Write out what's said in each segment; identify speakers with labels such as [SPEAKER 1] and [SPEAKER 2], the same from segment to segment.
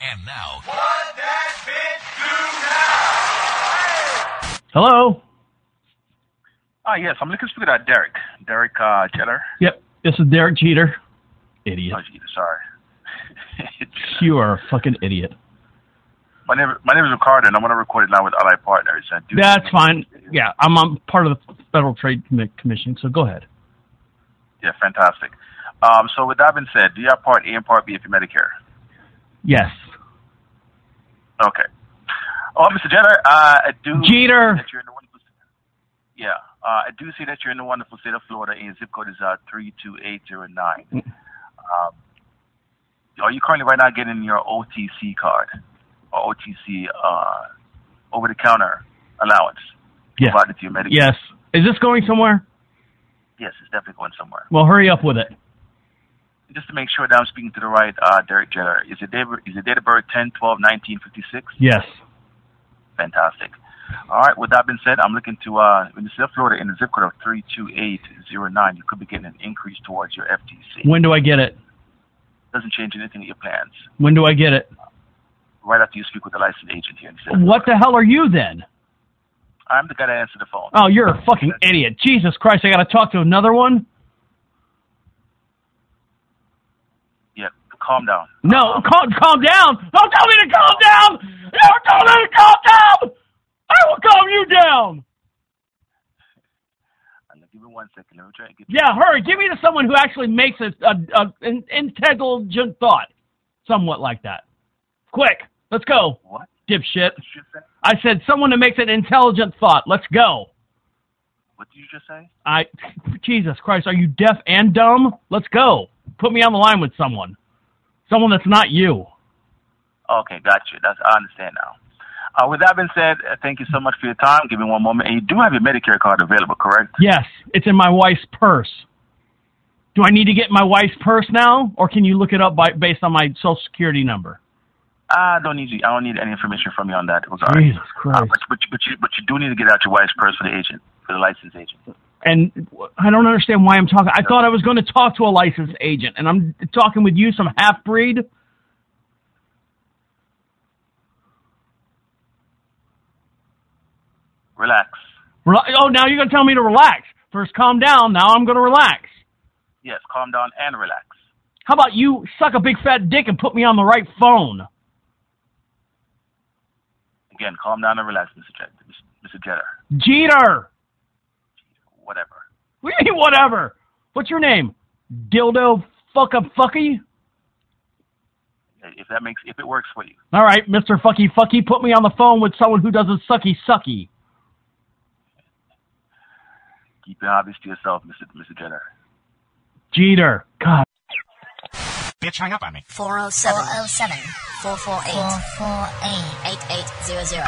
[SPEAKER 1] And now,
[SPEAKER 2] Hello.
[SPEAKER 3] Ah, yes, I'm looking to speak to Derek. Derek uh, Cheddar.
[SPEAKER 2] Yep. This is Derek Jeter. Idiot.
[SPEAKER 3] Oh, geez, sorry.
[SPEAKER 2] You are a fucking idiot.
[SPEAKER 3] my name my name is Ricardo, and I'm going to record it now with Ally Partners. uh, And do
[SPEAKER 2] That's fine. Yeah, I'm, I'm part of the Federal Trade Commi- Commission, so go ahead.
[SPEAKER 3] Yeah, fantastic. Um, so with that being said, do you have Part A and Part B of your Medicare?
[SPEAKER 2] Yes.
[SPEAKER 3] Okay. Oh, Mr. Jenner, uh, I do
[SPEAKER 2] Jeter.
[SPEAKER 3] see that you're in the wonderful Yeah, uh, I do see that you're in the wonderful state of Florida, and your zip code is uh, 32809. Um, are you currently right now getting your OTC card or OTC uh, over the counter allowance
[SPEAKER 2] Yes.
[SPEAKER 3] provided to your Medicare?
[SPEAKER 2] Yes. Is this going somewhere?
[SPEAKER 3] Yes, it's definitely going somewhere.
[SPEAKER 2] Well, hurry up with it.
[SPEAKER 3] Just to make sure that I'm speaking to the right uh, Derek Jenner, is your date, is your date of birth 10 12 1956?
[SPEAKER 2] Yes.
[SPEAKER 3] Fantastic. All right. With that being said, I'm looking to uh, in the state of Florida in the zip code of three two eight zero nine. You could be getting an increase towards your FTC.
[SPEAKER 2] When do I get it?
[SPEAKER 3] Doesn't change anything to your plans.
[SPEAKER 2] When do I get it?
[SPEAKER 3] Right after you speak with the licensed agent here. In the state of
[SPEAKER 2] What
[SPEAKER 3] Florida.
[SPEAKER 2] the hell are you then?
[SPEAKER 3] I'm the guy that answered the phone.
[SPEAKER 2] Oh, you're a fucking idiot. Jesus Christ, I got to talk to another one?
[SPEAKER 3] Yeah. Calm down.
[SPEAKER 2] No,
[SPEAKER 3] Um,
[SPEAKER 2] calm, calm down. Don't tell me to calm down. Don't tell me to calm down. I will calm you down.
[SPEAKER 3] I'm gonna give me one second. Let me try to get.
[SPEAKER 2] Yeah, hurry. Give me to someone who actually makes a, a, a an intelligent thought, somewhat like that. Quick, let's go,
[SPEAKER 3] What?
[SPEAKER 2] dipshit.
[SPEAKER 3] What did you just say?
[SPEAKER 2] I said someone who makes an intelligent thought. Let's go.
[SPEAKER 3] What did you just say?
[SPEAKER 2] I, Jesus Christ, are you deaf and dumb? Let's go. Put me on the line with someone, someone that's not you.
[SPEAKER 3] Okay, gotcha. That's I understand now. Uh, with that being said, uh, thank you so much for your time. Give me one moment. And you do have your Medicare card available, correct?
[SPEAKER 2] Yes, it's in my wife's purse. Do I need to get my wife's purse now, or can you look it up by based on my social security number?
[SPEAKER 3] I don't need you. I don't need any information from you on that. I'm sorry.
[SPEAKER 2] Jesus Christ.
[SPEAKER 3] Uh, but, but, but, you, but you do need to get out your wife's purse for the agent, for the licensed agent.
[SPEAKER 2] and I don't understand why I'm talking. I thought I was going to talk to a licensed agent, and I'm talking with you, some half breed.
[SPEAKER 3] Relax.
[SPEAKER 2] oh, now you're going to tell me to relax. First, calm down. Now I'm going to relax.
[SPEAKER 3] Yes, calm down and relax.
[SPEAKER 2] How about you suck a big fat dick and put me on the right phone?
[SPEAKER 3] Again, calm down and relax, Mr. Jed, Mr. Jeter.
[SPEAKER 2] Jeter.
[SPEAKER 3] Whatever.
[SPEAKER 2] What do you mean, Whatever. What's your name? Dildo fucka fucky.
[SPEAKER 3] If that makes, if it works for you.
[SPEAKER 2] All right, Mister Fucky Fucky, put me on the phone with someone who doesn't sucky sucky.
[SPEAKER 3] Keep your hobbies to yourself, Mr. Mr. Jeter.
[SPEAKER 2] Jeter. God.
[SPEAKER 1] bitch, hang up on me.
[SPEAKER 4] 407 407 448 448 8800.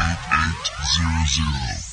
[SPEAKER 5] 8800.